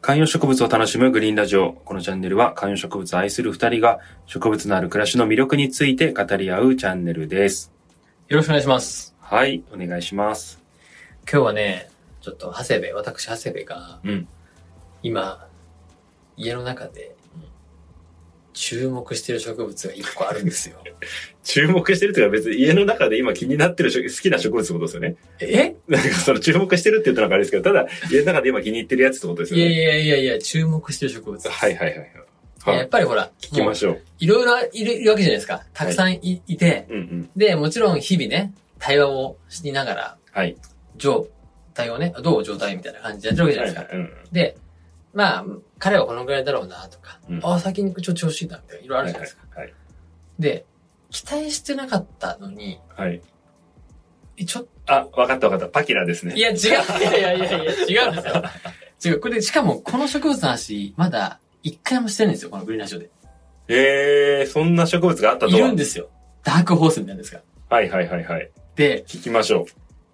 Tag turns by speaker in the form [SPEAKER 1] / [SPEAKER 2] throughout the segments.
[SPEAKER 1] 観葉植物を楽しむグリーンラジオ。このチャンネルは観葉植物を愛する二人が植物のある暮らしの魅力について語り合うチャンネルです。
[SPEAKER 2] よろしくお願いします。
[SPEAKER 1] はい、お願いします。
[SPEAKER 2] 今日はね、ちょっと長谷部、私長谷部が、
[SPEAKER 1] うん
[SPEAKER 2] 今、家の中で、注目してる植物が一個あるんで すよ。
[SPEAKER 1] 注目してるというか別に家の中で今気になってる植好きな植物ってことですよね。
[SPEAKER 2] え
[SPEAKER 1] なんかその注目してるって言ったのがあれですけど、ただ家の中で今気に入ってるやつってことです
[SPEAKER 2] い
[SPEAKER 1] よ
[SPEAKER 2] や
[SPEAKER 1] ね。
[SPEAKER 2] いやいやいや、注目してる植物です。
[SPEAKER 1] はいはいはい
[SPEAKER 2] いや
[SPEAKER 1] はい。は
[SPEAKER 2] やっ
[SPEAKER 1] い、
[SPEAKER 2] ぱりほら、
[SPEAKER 1] 聞きま
[SPEAKER 2] し
[SPEAKER 1] しょう。
[SPEAKER 2] いろいろいるいるわけじゃないですか。たくさんい,、い、て、
[SPEAKER 1] うんうん。
[SPEAKER 2] で、もちろん日々ね、対話をしながら、
[SPEAKER 1] はい。
[SPEAKER 2] 状態をね、どう状態みたいな感じでやってるわけじゃないですか。
[SPEAKER 1] はいはい
[SPEAKER 2] で、まあ、彼はこのぐらいだろうなとか、
[SPEAKER 1] うん
[SPEAKER 2] ああ、最近ちょっと調子いいなみたいな、いろいろあるじゃないですか。
[SPEAKER 1] はい
[SPEAKER 2] で、期待してなかったのに、
[SPEAKER 1] はい。はい。
[SPEAKER 2] えちょっ
[SPEAKER 1] あ、わかったわかった。パキラですね。
[SPEAKER 2] と、いや違う、いやいやいやいや、違うんですよ。 違う、これしかもこの植物の話、まだ一回もしてないんですよ、このグリーンラジオで。
[SPEAKER 1] ええー、そんな植物があったと
[SPEAKER 2] い
[SPEAKER 1] は。
[SPEAKER 2] るんですよ。ダークホースみたいなんですか。
[SPEAKER 1] はいはいはいはい。
[SPEAKER 2] で、
[SPEAKER 1] 聞きましょ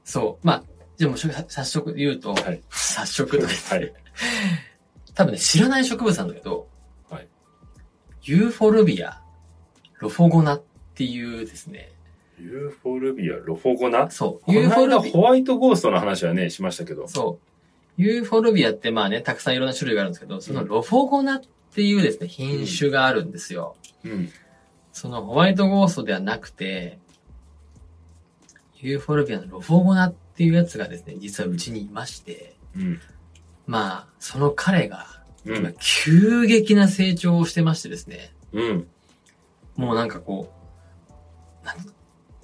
[SPEAKER 2] そう、まあ、じゃあもうしょ早速言うと、
[SPEAKER 1] はい
[SPEAKER 2] 早
[SPEAKER 1] う。
[SPEAKER 2] 速とか言って
[SPEAKER 1] はい。
[SPEAKER 2] 多分ね、知らない植物なんだけど、
[SPEAKER 1] はい
[SPEAKER 2] ユーフォルビア、ロフォゴナっていうですね、
[SPEAKER 1] ユーフォルビア、ロフォゴナ
[SPEAKER 2] そう。
[SPEAKER 1] こ
[SPEAKER 2] ユー
[SPEAKER 1] の間
[SPEAKER 2] フォルビ
[SPEAKER 1] ホワイトゴーストの話はね、しましたけど
[SPEAKER 2] ア。。そう。ユーフォルビアってまあね、たくさんいろんな種類があるんですけど、そのロフォゴナっていうですね、品種があるんですよ。
[SPEAKER 1] うん。
[SPEAKER 2] そのホワイトゴーストではなくて、ユーフォルビアのロフォゴナっていうやつがですね、実はうちにいまして、
[SPEAKER 1] うん。
[SPEAKER 2] まあ、その彼が、
[SPEAKER 1] う
[SPEAKER 2] 今
[SPEAKER 1] ん。
[SPEAKER 2] 急激な成長をしてましてですね、
[SPEAKER 1] うん。
[SPEAKER 2] もうなんかこう、なん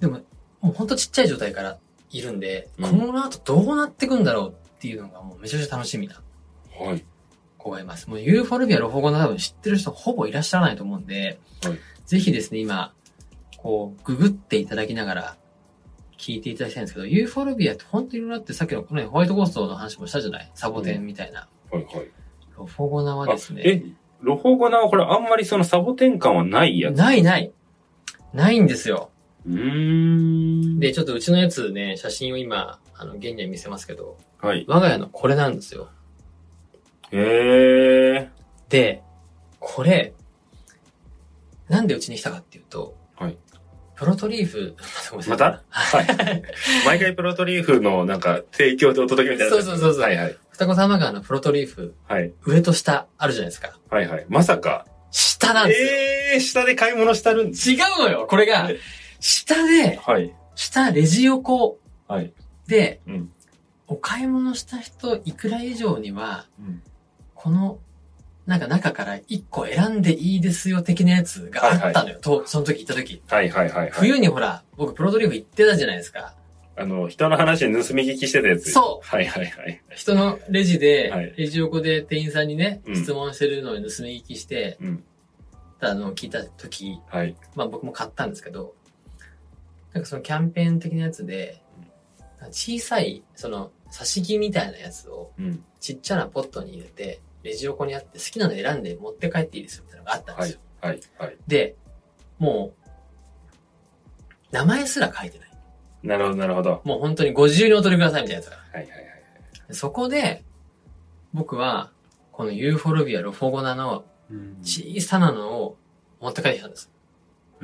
[SPEAKER 2] でも、もうほんとちっちゃい状態からいるんで、
[SPEAKER 1] うん
[SPEAKER 2] この後どうなってくんだろうっていうのがもうめちゃくちゃ楽しみな
[SPEAKER 1] はい。
[SPEAKER 2] 子がいます。もうユーフォルビア、ロフォゴナ多分知ってる人ほぼいらっしゃらないと思うんで、
[SPEAKER 1] はい
[SPEAKER 2] ぜひですね、今、こう、ググっていただきながら聞いていただきたいんですけど、ユーフォルビアって本当にいろいろあって、さっきのこのねホワイトゴーストの話もしたじゃないサボテンみたいな。
[SPEAKER 1] はいはい。
[SPEAKER 2] ロフォゴナは
[SPEAKER 1] あ
[SPEAKER 2] ですね、
[SPEAKER 1] え、ロフォゴナはこれあんまりそのサボテン感はないやつ。
[SPEAKER 2] ないない。ないんですよ。
[SPEAKER 1] うーん。
[SPEAKER 2] で、、ちょっとうちのやつね、写真を今、あの、現には見せますけど、
[SPEAKER 1] はい。
[SPEAKER 2] 我が家のこれなんですよ。
[SPEAKER 1] へえ。
[SPEAKER 2] で、これ、なんでうちに来たかっていうと、
[SPEAKER 1] はい
[SPEAKER 2] プロトリーフ、 ごめんなさい
[SPEAKER 1] またはい。 毎回プロトリーフのなんか提供でお届けみたいな。
[SPEAKER 2] そうそうそうそう
[SPEAKER 1] はいはい。
[SPEAKER 2] 双子玉川のプロトリーフ、
[SPEAKER 1] はい。
[SPEAKER 2] 上と下あるじゃないですか。
[SPEAKER 1] はいはい。まさか。
[SPEAKER 2] 下なんですよ。
[SPEAKER 1] ええー、下で買い物したるんです。
[SPEAKER 2] 違うのよ、これが。下で、
[SPEAKER 1] はい。
[SPEAKER 2] 下レジ横
[SPEAKER 1] はい。
[SPEAKER 2] で、
[SPEAKER 1] うん
[SPEAKER 2] お買い物した人いくら以上には、
[SPEAKER 1] うん
[SPEAKER 2] この、なんか中から1個選んでいいですよ的なやつがあったのよ。とその時行った時。
[SPEAKER 1] はいはいはい、はい。
[SPEAKER 2] 冬にほら、僕プロトリーフ行ってたじゃないですか。
[SPEAKER 1] あの、人の話盗み聞きしてたやつ。
[SPEAKER 2] そう
[SPEAKER 1] はいはいはい。
[SPEAKER 2] 人のレジで、
[SPEAKER 1] はい
[SPEAKER 2] レジ横で店員さんにね、
[SPEAKER 1] うん
[SPEAKER 2] 質問してるのを盗み聞きして、
[SPEAKER 1] うん。
[SPEAKER 2] たのを聞いた時、
[SPEAKER 1] はい。
[SPEAKER 2] まあ僕も買ったんですけど、なんかそのキャンペーン的なやつで、なんか小さい、その刺し木みたいなやつを
[SPEAKER 1] うん。
[SPEAKER 2] ちっちゃなポットに入れて、レジ横にあって好きなの選んで持って帰っていいですよみたいなのがあったんですよ。
[SPEAKER 1] はいはい。
[SPEAKER 2] で、もう、名前すら書いてない。
[SPEAKER 1] なるほどなるほど。は
[SPEAKER 2] もう本当にご自由にお取りくださいみたいなやつだか
[SPEAKER 1] いはいはい。
[SPEAKER 2] らでそこで、僕は、このユーフォルビア・ロフォゴナの
[SPEAKER 1] うん
[SPEAKER 2] 小さなのを持って帰ってきたんです。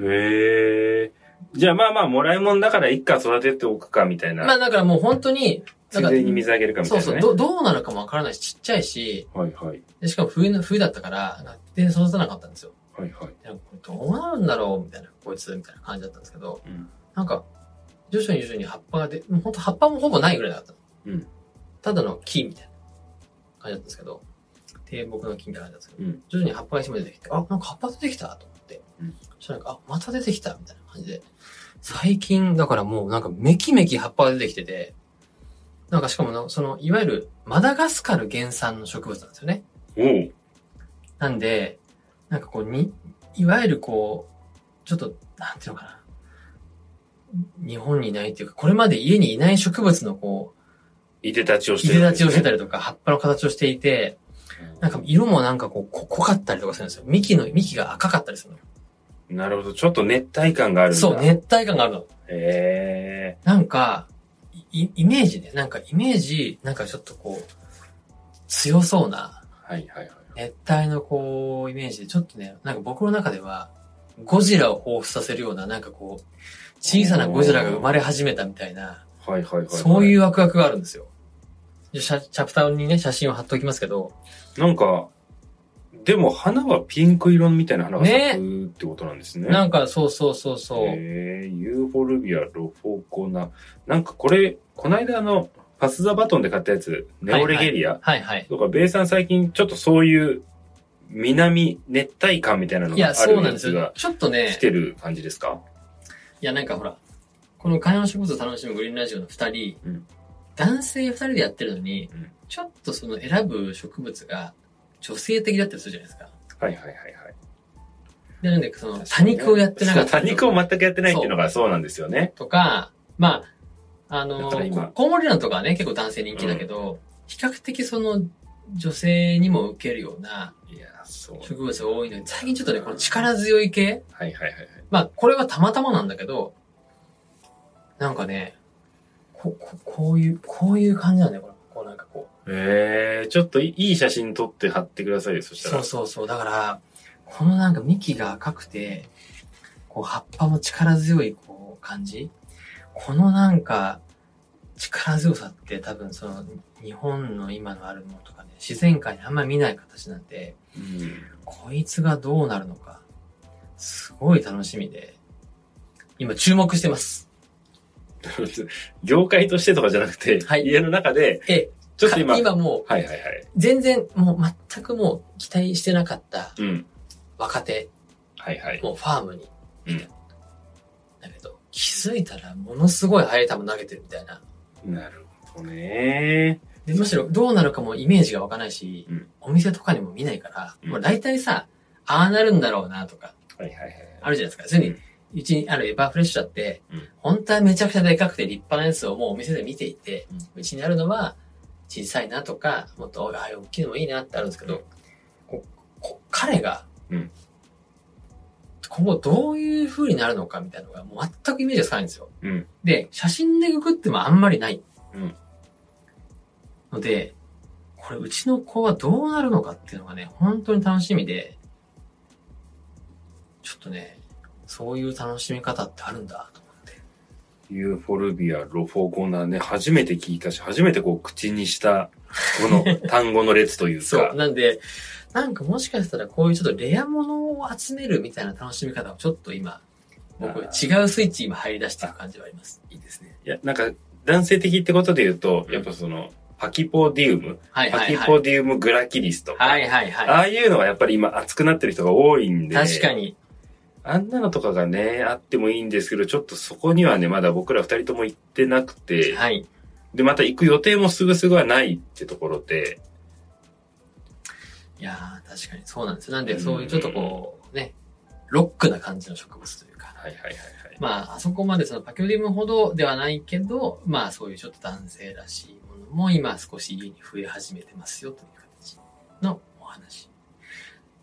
[SPEAKER 1] へえ。じゃあまあまあ、もらいもんだから一家育てておくかみたいな。
[SPEAKER 2] まあだからもう本当に、
[SPEAKER 1] つ
[SPEAKER 2] ないんか
[SPEAKER 1] でに水あげるかみたい
[SPEAKER 2] そう
[SPEAKER 1] な、ね。
[SPEAKER 2] そう、どどうなるかもわからないし、ちっちゃいし、
[SPEAKER 1] はいはい。
[SPEAKER 2] でしかも冬の冬だったから、なんか全然育たなかったんですよ。
[SPEAKER 1] はいはい。
[SPEAKER 2] でこれどうなるんだろうみたいな、こいつ、みたいな感じだったんですけど、
[SPEAKER 1] うん
[SPEAKER 2] なんか、徐々に徐々に葉っぱが出、もうほんと葉っぱもほぼないぐらいだったの。
[SPEAKER 1] うん
[SPEAKER 2] ただの木みたいな感じだったんですけど、低木の木みたいな感じだったんですけど、
[SPEAKER 1] うん
[SPEAKER 2] 徐々に葉っぱが一枚出てきて、あ、なんか葉っぱ出てきたと思って、
[SPEAKER 1] うん
[SPEAKER 2] そしたらなんか、あ、また出てきたみたいな感じで、最近、だからもうなんかめきめき葉っぱが出てきてて、なんかしかもなその、いわゆるマダガスカル原産の植物なんですよね。
[SPEAKER 1] おう。
[SPEAKER 2] なんで、なんかこう、に、いわゆるこう、ちょっと、なんていうのかな。日本にいないっていうか、これまで家にいない植物のこ
[SPEAKER 1] いでたちを
[SPEAKER 2] う、
[SPEAKER 1] し
[SPEAKER 2] い
[SPEAKER 1] て
[SPEAKER 2] で立ちをしてた
[SPEAKER 1] り。
[SPEAKER 2] りとか、葉っぱの形をしていて、なんか色もなんかこう、こ濃かったりとかするんですよ。幹の、幹が赤かったりするのよ。
[SPEAKER 1] なるほど。ちょっと熱帯感があるんだ。
[SPEAKER 2] そう、。熱帯感があるの。
[SPEAKER 1] へえ。
[SPEAKER 2] なんか、いイメージね、なんかイメージ、なんかちょっとこう、強そうな、
[SPEAKER 1] はいはいはい。
[SPEAKER 2] 熱帯のこう、イメージで、ちょっとね、なんか僕の中では、ゴジラを彷彿させるような、なんかこう、小さなゴジラが生まれ始めたみたいな、
[SPEAKER 1] はいはいはい。。
[SPEAKER 2] そういううワクワクがあるんですよ。じゃあシャチャプターにね、写真を貼っておきますけど、
[SPEAKER 1] なんか、でも花はピンク色みたいな花が咲くってことなんですね。
[SPEAKER 2] なんかそうそうそうそう。
[SPEAKER 1] えー、ユーフォルビア、ロフォコナ。なんかこれ、こないだあの、パスザバトンで買ったやつ、ネオレゲリア
[SPEAKER 2] はいはい。
[SPEAKER 1] とか、ベイさん最近ちょっとそういう南熱帯感みたいなの
[SPEAKER 2] い
[SPEAKER 1] が
[SPEAKER 2] や、
[SPEAKER 1] あ
[SPEAKER 2] そ
[SPEAKER 1] る
[SPEAKER 2] うなん
[SPEAKER 1] や
[SPEAKER 2] です
[SPEAKER 1] つ
[SPEAKER 2] よ
[SPEAKER 1] が。
[SPEAKER 2] ちょっとね
[SPEAKER 1] 来、てる感じですか
[SPEAKER 2] いやなんかほら、この観葉植物を楽しむグリーンラジオの二人、
[SPEAKER 1] うん
[SPEAKER 2] 男性二人でやってるのに、
[SPEAKER 1] うん
[SPEAKER 2] ちょっとその選ぶ植物が女性的だったりするじゃないですか。
[SPEAKER 1] はいはいはいはい。
[SPEAKER 2] でなんで、その、多肉をやってなかった
[SPEAKER 1] そう多
[SPEAKER 2] り
[SPEAKER 1] 肉
[SPEAKER 2] と
[SPEAKER 1] を全くやってないっていうのがそうなんですよね。
[SPEAKER 2] か、まあ、あ
[SPEAKER 1] だ
[SPEAKER 2] の、
[SPEAKER 1] から今
[SPEAKER 2] こコウモリランとかはね、結構男性人気だけど、比較的その、女性にも受けるようない
[SPEAKER 1] や、そう。
[SPEAKER 2] 植物が多いのに、最近ちょっとね、この力強い系
[SPEAKER 1] はいはいはいはい。
[SPEAKER 2] まあ、これはたまたまなんだけど、なんかね、こ、ここういう、こういう感じなんだよ、これ。こうなんかこう。
[SPEAKER 1] ええー、ちょっといい写真撮って貼ってくださいよ、そした
[SPEAKER 2] そう
[SPEAKER 1] ら。
[SPEAKER 2] そうそう。だから、このなんか幹が赤くて、こう葉っぱも力強いこう感じ。このなんか、力強さって多分その、日本の今のあるものとかね、自然界にあんま見ない形なんで、
[SPEAKER 1] うん
[SPEAKER 2] こいつがどうなるのか、すごい楽しみで、今注目してます。
[SPEAKER 1] 業界としてとかじゃなくて、
[SPEAKER 2] はい
[SPEAKER 1] 家の中で、
[SPEAKER 2] ええ、
[SPEAKER 1] ちょっと今、
[SPEAKER 2] か
[SPEAKER 1] はい
[SPEAKER 2] 今もう、
[SPEAKER 1] はいはい。
[SPEAKER 2] 全然、もう全くもう期待してなかった
[SPEAKER 1] うん。
[SPEAKER 2] 若手、
[SPEAKER 1] はいはい。
[SPEAKER 2] もうファームに
[SPEAKER 1] うん
[SPEAKER 2] 来た。だけど、気づいたらものすごい速い球投げてるみたいな。
[SPEAKER 1] なるほどね。
[SPEAKER 2] で、むしろどうなるかもイメージがわかないし、
[SPEAKER 1] うん
[SPEAKER 2] お店とかにも見ないから、
[SPEAKER 1] うん
[SPEAKER 2] もう大体さ、ああなるんだろうなとか、
[SPEAKER 1] はいはいはい。
[SPEAKER 2] あるじゃないですか。それに、うちにあるエバーフレッシュだって、
[SPEAKER 1] うん
[SPEAKER 2] 本当はめちゃくちゃでかくて立派なやつをもうお店で見ていて、
[SPEAKER 1] う
[SPEAKER 2] うちにあるのは小さいなとか、もっとああいう大きいのもいいなってあるんですけど、ここ彼が、
[SPEAKER 1] うん
[SPEAKER 2] 今後どういう風になるのかみたいなのがもう全くイメージがつかないんですよ。
[SPEAKER 1] うん
[SPEAKER 2] で、写真でググってもあんまりない。
[SPEAKER 1] うん
[SPEAKER 2] ので、これうちの子はどうなるのかっていうのがね、本当に楽しみで、ちょっとね、そういう楽しみ方ってあるんだと思って。
[SPEAKER 1] ユーフォルビア、ロフォゴナね、初めて聞いたし、初めてこう口にした、この 単語の列という
[SPEAKER 2] そう。
[SPEAKER 1] か、
[SPEAKER 2] なんで、なんかもしかしたらこういうちょっとレア物を集めるみたいな楽しみ方をちょっと今、僕、
[SPEAKER 1] あ
[SPEAKER 2] 違うスイッチ今入り出してる感じはあります。
[SPEAKER 1] いいですね。いや、なんか、男性的ってことで言うと、やっぱその、パキポディウム、
[SPEAKER 2] はい
[SPEAKER 1] パ
[SPEAKER 2] はい
[SPEAKER 1] キ
[SPEAKER 2] はい。
[SPEAKER 1] ポディウムグラキリスとか、
[SPEAKER 2] はいはいは
[SPEAKER 1] ああいうのがやっぱり今熱くなってる人が多いん
[SPEAKER 2] い。
[SPEAKER 1] で、
[SPEAKER 2] 確かに。
[SPEAKER 1] あんなのとかがね、あってもいいんですけど、ちょっとそこにはね、まだ僕ら二人とも行ってなくて、
[SPEAKER 2] はい。
[SPEAKER 1] で、また行く予定もすぐすぐはないってところで、
[SPEAKER 2] いやー、確かにそうなんですよ。なんで、
[SPEAKER 1] うん
[SPEAKER 2] そういうちょっとこう、ね、ロックな感じの植物というか。
[SPEAKER 1] はいはいはいはい。
[SPEAKER 2] まあ、あそこまでそのパキオディウムほどではないけど、まあ、そういうちょっと男性らしいものも今少し家に増え始めてますよという形のお話。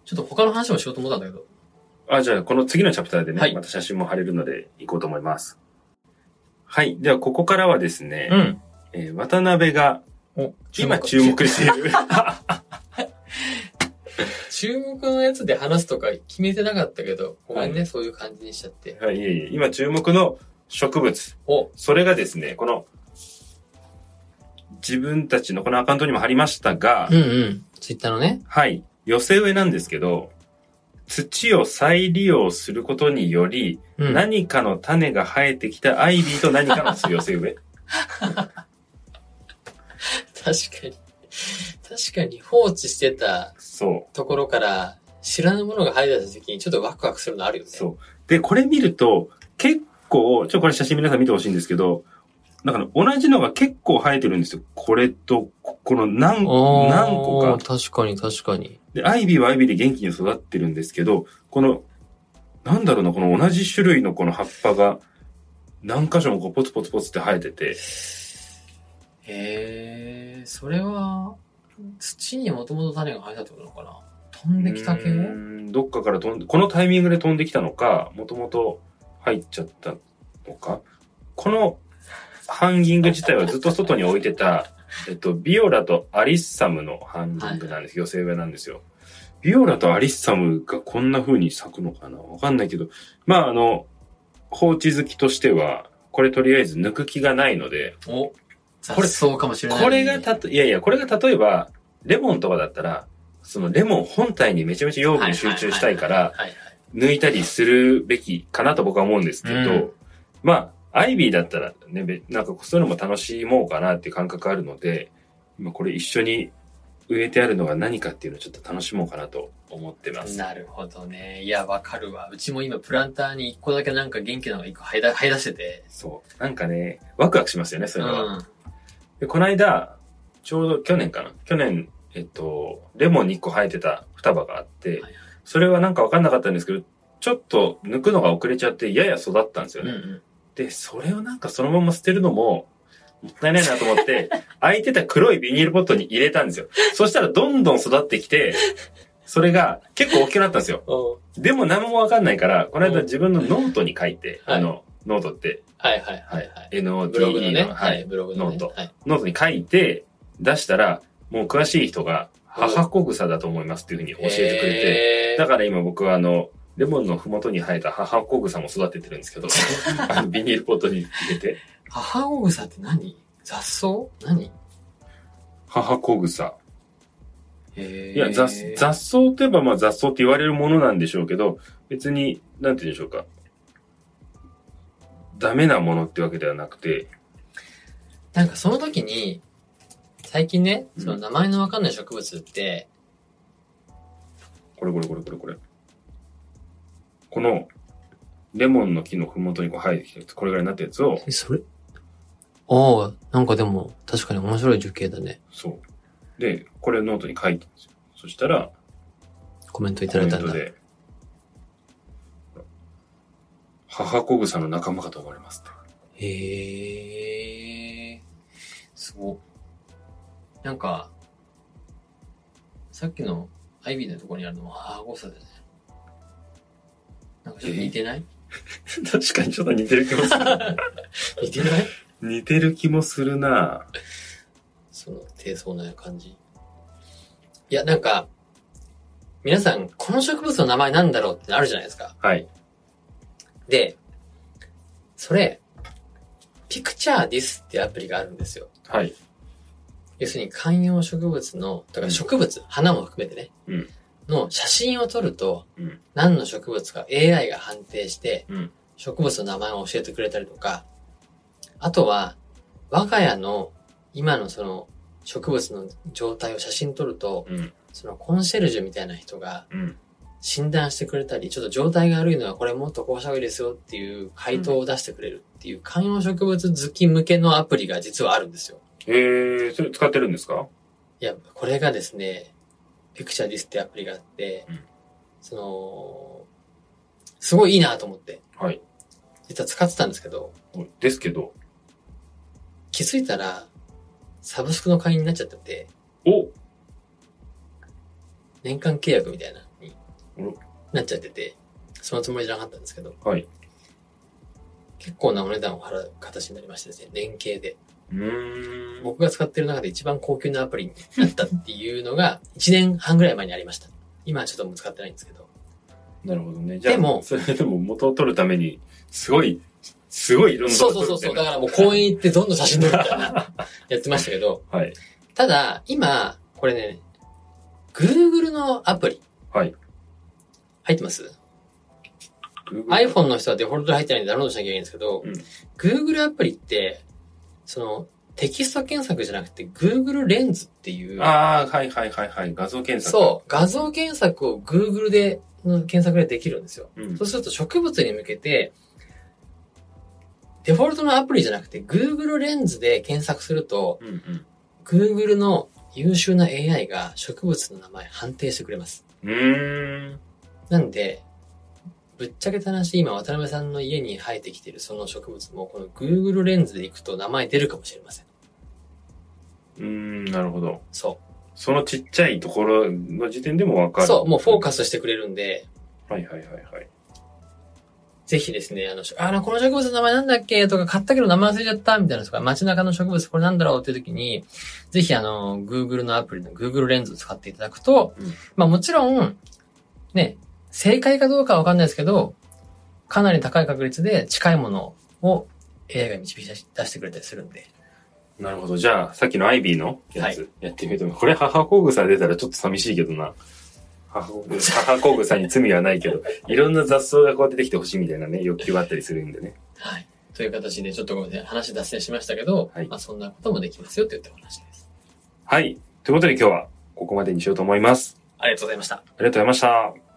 [SPEAKER 2] ちょっと他の話もしようと思ったんだけど、
[SPEAKER 1] あ、じゃあ、この次のチャプターでね、
[SPEAKER 2] はい
[SPEAKER 1] また写真も貼れるので、行こうと思います。はい。では、ここからはですね、
[SPEAKER 2] ん。
[SPEAKER 1] えー渡辺が、
[SPEAKER 2] お
[SPEAKER 1] 今注目して いる。
[SPEAKER 2] 注目のやつで話すとか決めてなかったけど、ごめんね、そういう感じにしちゃって。
[SPEAKER 1] はい、いえいえ今注目の植物。
[SPEAKER 2] お、
[SPEAKER 1] それがですね、この、自分たちのこのアカウントにも貼りましたが、
[SPEAKER 2] うんうん。ツイッターのね。
[SPEAKER 1] はい。寄せ植えなんですけど、土を再利用することにより、
[SPEAKER 2] うん。
[SPEAKER 1] 何かの種が生えてきたアイビーと何かの寄せ植 え。
[SPEAKER 2] 確かに。確かに放置してた
[SPEAKER 1] そう。
[SPEAKER 2] ところから、知らぬものが入り出した時にちょっとワクワクするのあるよね。
[SPEAKER 1] そう。で、これ見ると、結構、ちょ、これ写真皆さん見てほしいんですけど、だから同じのが結構生えてるんですよ。これと、ここの何、
[SPEAKER 2] おー
[SPEAKER 1] 何個か。
[SPEAKER 2] 確かに確かに。
[SPEAKER 1] で、アイビーはアイビーで元気に育ってるんですけど、この、なんだろうな、この同じ種類のこの葉っぱが、何箇所もこうポツポツポツって生えてて、
[SPEAKER 2] へえ、それは、土にもともと種が生えたってことなのかな飛んできた系
[SPEAKER 1] うーんどっかから飛んで、このタイミングで飛んできたのか、もともと入っちゃったのか、このハンギング自体はずっと外に置いてた えっと、ビオラとアリッサムのハンディングなんです。寄せ植えなんですよ。ビオラとアリッサムがこんな風に咲くのかなわかんないけど。まあ、あの、放置好きとしては、これとりあえず抜く気がないので、
[SPEAKER 2] お
[SPEAKER 1] これ
[SPEAKER 2] 雑草かもしれない。
[SPEAKER 1] これがたと、いやいや、これが例えば、レモンとかだったら、そのレモン本体にめちゃめちゃ養分集中したいから、
[SPEAKER 2] はいはい。
[SPEAKER 1] 抜いたりするべきかなと僕は思うんですけど、
[SPEAKER 2] うん
[SPEAKER 1] まあ、アイビーだったらね、べなんかそういうのも楽しもうかなっていう感覚あるので、今これ一緒に植えてあるのが何かっていうのをちょっと楽しもうかなと思ってます。
[SPEAKER 2] なるほどね。いや、わかるわ。うちも今、プランターに一個だけなんか元気なのが一個生えだ生え出してて。
[SPEAKER 1] そう。なんかね、ワクワクしますよね、そうれは。
[SPEAKER 2] ん。
[SPEAKER 1] で、この間、ちょうど去年かな去年、えっと、レモンに1個生えてた双葉があって
[SPEAKER 2] はい、
[SPEAKER 1] それはなんかわかんなかったんですけど、ちょっと抜くのが遅れちゃって、やや育ったんですよ
[SPEAKER 2] うん
[SPEAKER 1] ね。
[SPEAKER 2] うん。
[SPEAKER 1] で、それをなんかそのまま捨てるのも、もったいないなと思って、 空いてた黒いビニールポットに入れたんですよ。そしたらどんどん育ってきて、それが結構大きくなったんですよ。でも何もわかんないから、この間自分のノートに書いて、
[SPEAKER 2] はい
[SPEAKER 1] あの、ノートって、
[SPEAKER 2] はいはいはいはい。ブログの
[SPEAKER 1] NOTE
[SPEAKER 2] ね。
[SPEAKER 1] の、は
[SPEAKER 2] はいい、ブログのね。
[SPEAKER 1] ノート
[SPEAKER 2] はい。
[SPEAKER 1] ノートに書いて、出したら、もう詳しい人が、母子草だと思いますっていうふうに教えてくれて、
[SPEAKER 2] へー
[SPEAKER 1] だから今僕はあの、レモンの麓に生えた母子草も育ててるん ですけど、あのビニールポットに入れて、
[SPEAKER 2] 母オグサって何雑草何
[SPEAKER 1] 母子草。
[SPEAKER 2] へー
[SPEAKER 1] いや、雑、雑草といえば、まあ雑草って言われるものなんでしょうけど、別に、なんて言うんでしょうか。ダメなものってわけではなくて、
[SPEAKER 2] なんかその時に、最近ね、
[SPEAKER 1] うん
[SPEAKER 2] その名前のわかんない植物って、
[SPEAKER 1] これこれこれこれこれ。この、レモンの木のふもとにこう生えてきたやつ、これぐらいになったやつを、
[SPEAKER 2] それああ、なんかでも、確かに面白い樹形だね。
[SPEAKER 1] そう。で、これノートに書いてるんですよ。そしたら、
[SPEAKER 2] コメントい
[SPEAKER 1] コメントで、母子草の仲間かと思われますって。
[SPEAKER 2] へえ、すごっ。なんか、さっきのアイビーのところにあるのは母誤差だよね。なんかちょっと似てない
[SPEAKER 1] 確かにちょっと似てる気もする。
[SPEAKER 2] 似てない
[SPEAKER 1] 似てる気もするなぁ
[SPEAKER 2] その低層な感じ。いや、なんか、皆さん、この植物の名前なんだろうってあるじゃないですか。
[SPEAKER 1] はい。
[SPEAKER 2] で、それ、ピクチャーディスってアプリがあるんですよ。
[SPEAKER 1] はい。
[SPEAKER 2] 要するに観葉植物の、だから植物、花も含めてね、
[SPEAKER 1] うん
[SPEAKER 2] の写真を撮ると、
[SPEAKER 1] うん
[SPEAKER 2] 何の植物か AI が判定して、
[SPEAKER 1] うん
[SPEAKER 2] 植物の名前を教えてくれたりとか、あとは、我が家の今のその植物の状態を写真撮ると、
[SPEAKER 1] うん。
[SPEAKER 2] そのコンシェルジュみたいな人が
[SPEAKER 1] うん。
[SPEAKER 2] 診断してくれたり、ちょっと状態が悪いのはこれもっとこうした方がいいですよっていう回答を出してくれるっていう観葉植物好き向けのアプリが実はあるんですよ。
[SPEAKER 1] えー、それ使ってるんですか
[SPEAKER 2] いや、これがですね、ピクチャーディスってアプリがあって、
[SPEAKER 1] うん
[SPEAKER 2] その、すごいいいなと思って、
[SPEAKER 1] はい。
[SPEAKER 2] 実は使ってたんですけど、
[SPEAKER 1] ですけど、
[SPEAKER 2] 気づいたら、サブスクの会員になっちゃってて、
[SPEAKER 1] お
[SPEAKER 2] 年間契約みたいなのに
[SPEAKER 1] あら
[SPEAKER 2] なっちゃってて、そのつもりじゃなかったんですけど、
[SPEAKER 1] はい。
[SPEAKER 2] 結構なお値段を払う形になりましてですね、連携で。
[SPEAKER 1] うーん。
[SPEAKER 2] 僕が使ってる中で一番高級なアプリになったっていうのが、1年半ぐらい前にありました。今はちょっともう使ってないんですけど。
[SPEAKER 1] なるほどね。じゃあ、
[SPEAKER 2] でも
[SPEAKER 1] それでも元を取るために、すごい、すごいいろんな
[SPEAKER 2] そうそうそうそう。だからもう公園行ってどんどん写真撮るみたいな、やってましたけど、
[SPEAKER 1] ら。はい。
[SPEAKER 2] ただ、今、これね、Google のアプリ。
[SPEAKER 1] はい。
[SPEAKER 2] 入ってます
[SPEAKER 1] Google
[SPEAKER 2] ?iPhone の人はデフォルトで入ってないんでダウンロードしなきゃいけないんですけど、
[SPEAKER 1] うん
[SPEAKER 2] Google アプリって、その、テキスト検索じゃなくて Google レンズっていう、
[SPEAKER 1] ああ、はいはいはいはい。画像検索。
[SPEAKER 2] そう、画像検索を Google で、の検索でできるんですよ。
[SPEAKER 1] う。うん
[SPEAKER 2] そう。すると植物に向けて、デフォルトのアプリじゃなくて Google レンズで検索すると、
[SPEAKER 1] うん
[SPEAKER 2] Google の優秀な AI が植物の名前判定してくれます。
[SPEAKER 1] うん。うーん。
[SPEAKER 2] なんで、ぶっちゃけた話、今渡辺さんの家に生えてきてるその植物も、この Google レンズで行くと名前出るかもしれません。
[SPEAKER 1] うーん、なるほど。
[SPEAKER 2] そ
[SPEAKER 1] そのちっちゃいところの時点でもわか
[SPEAKER 2] う。
[SPEAKER 1] る。
[SPEAKER 2] そう、もうフォー
[SPEAKER 1] カ
[SPEAKER 2] カスしてくれるんで、
[SPEAKER 1] ス。はいはいはいはい。
[SPEAKER 2] ぜひですね、あの、あの、この植物の名前なんだっけとか、買ったけど名前忘れちゃったみたいなのとか、街中の植物これなんだろうっていう時に、ぜひあの、Google のアプリの Google レンズを使っていただくと、
[SPEAKER 1] うん
[SPEAKER 2] まあもちろん、ね、正解かどうかはわかんないですけど、かなり高い確率で近いものを AI が導き出し出してくれたりするんで。
[SPEAKER 1] なるほど。じゃあ、さっきのアイビーのやつ、やってみても、これ母子草出たらちょっと寂しいけどな。母子 草母子草に罪はないけど、いろんな雑草がこう出てきてほしいみたいなね、欲求があったりするんでね。
[SPEAKER 2] はい。という形で、ちょっとごめんなさい。話脱線しましたけど、
[SPEAKER 1] はい
[SPEAKER 2] まあそんなこともできますよといったお話です。
[SPEAKER 1] はい。ということで今日はここまでにしようと思います。
[SPEAKER 2] ありがとうございました。
[SPEAKER 1] ありがとうございました。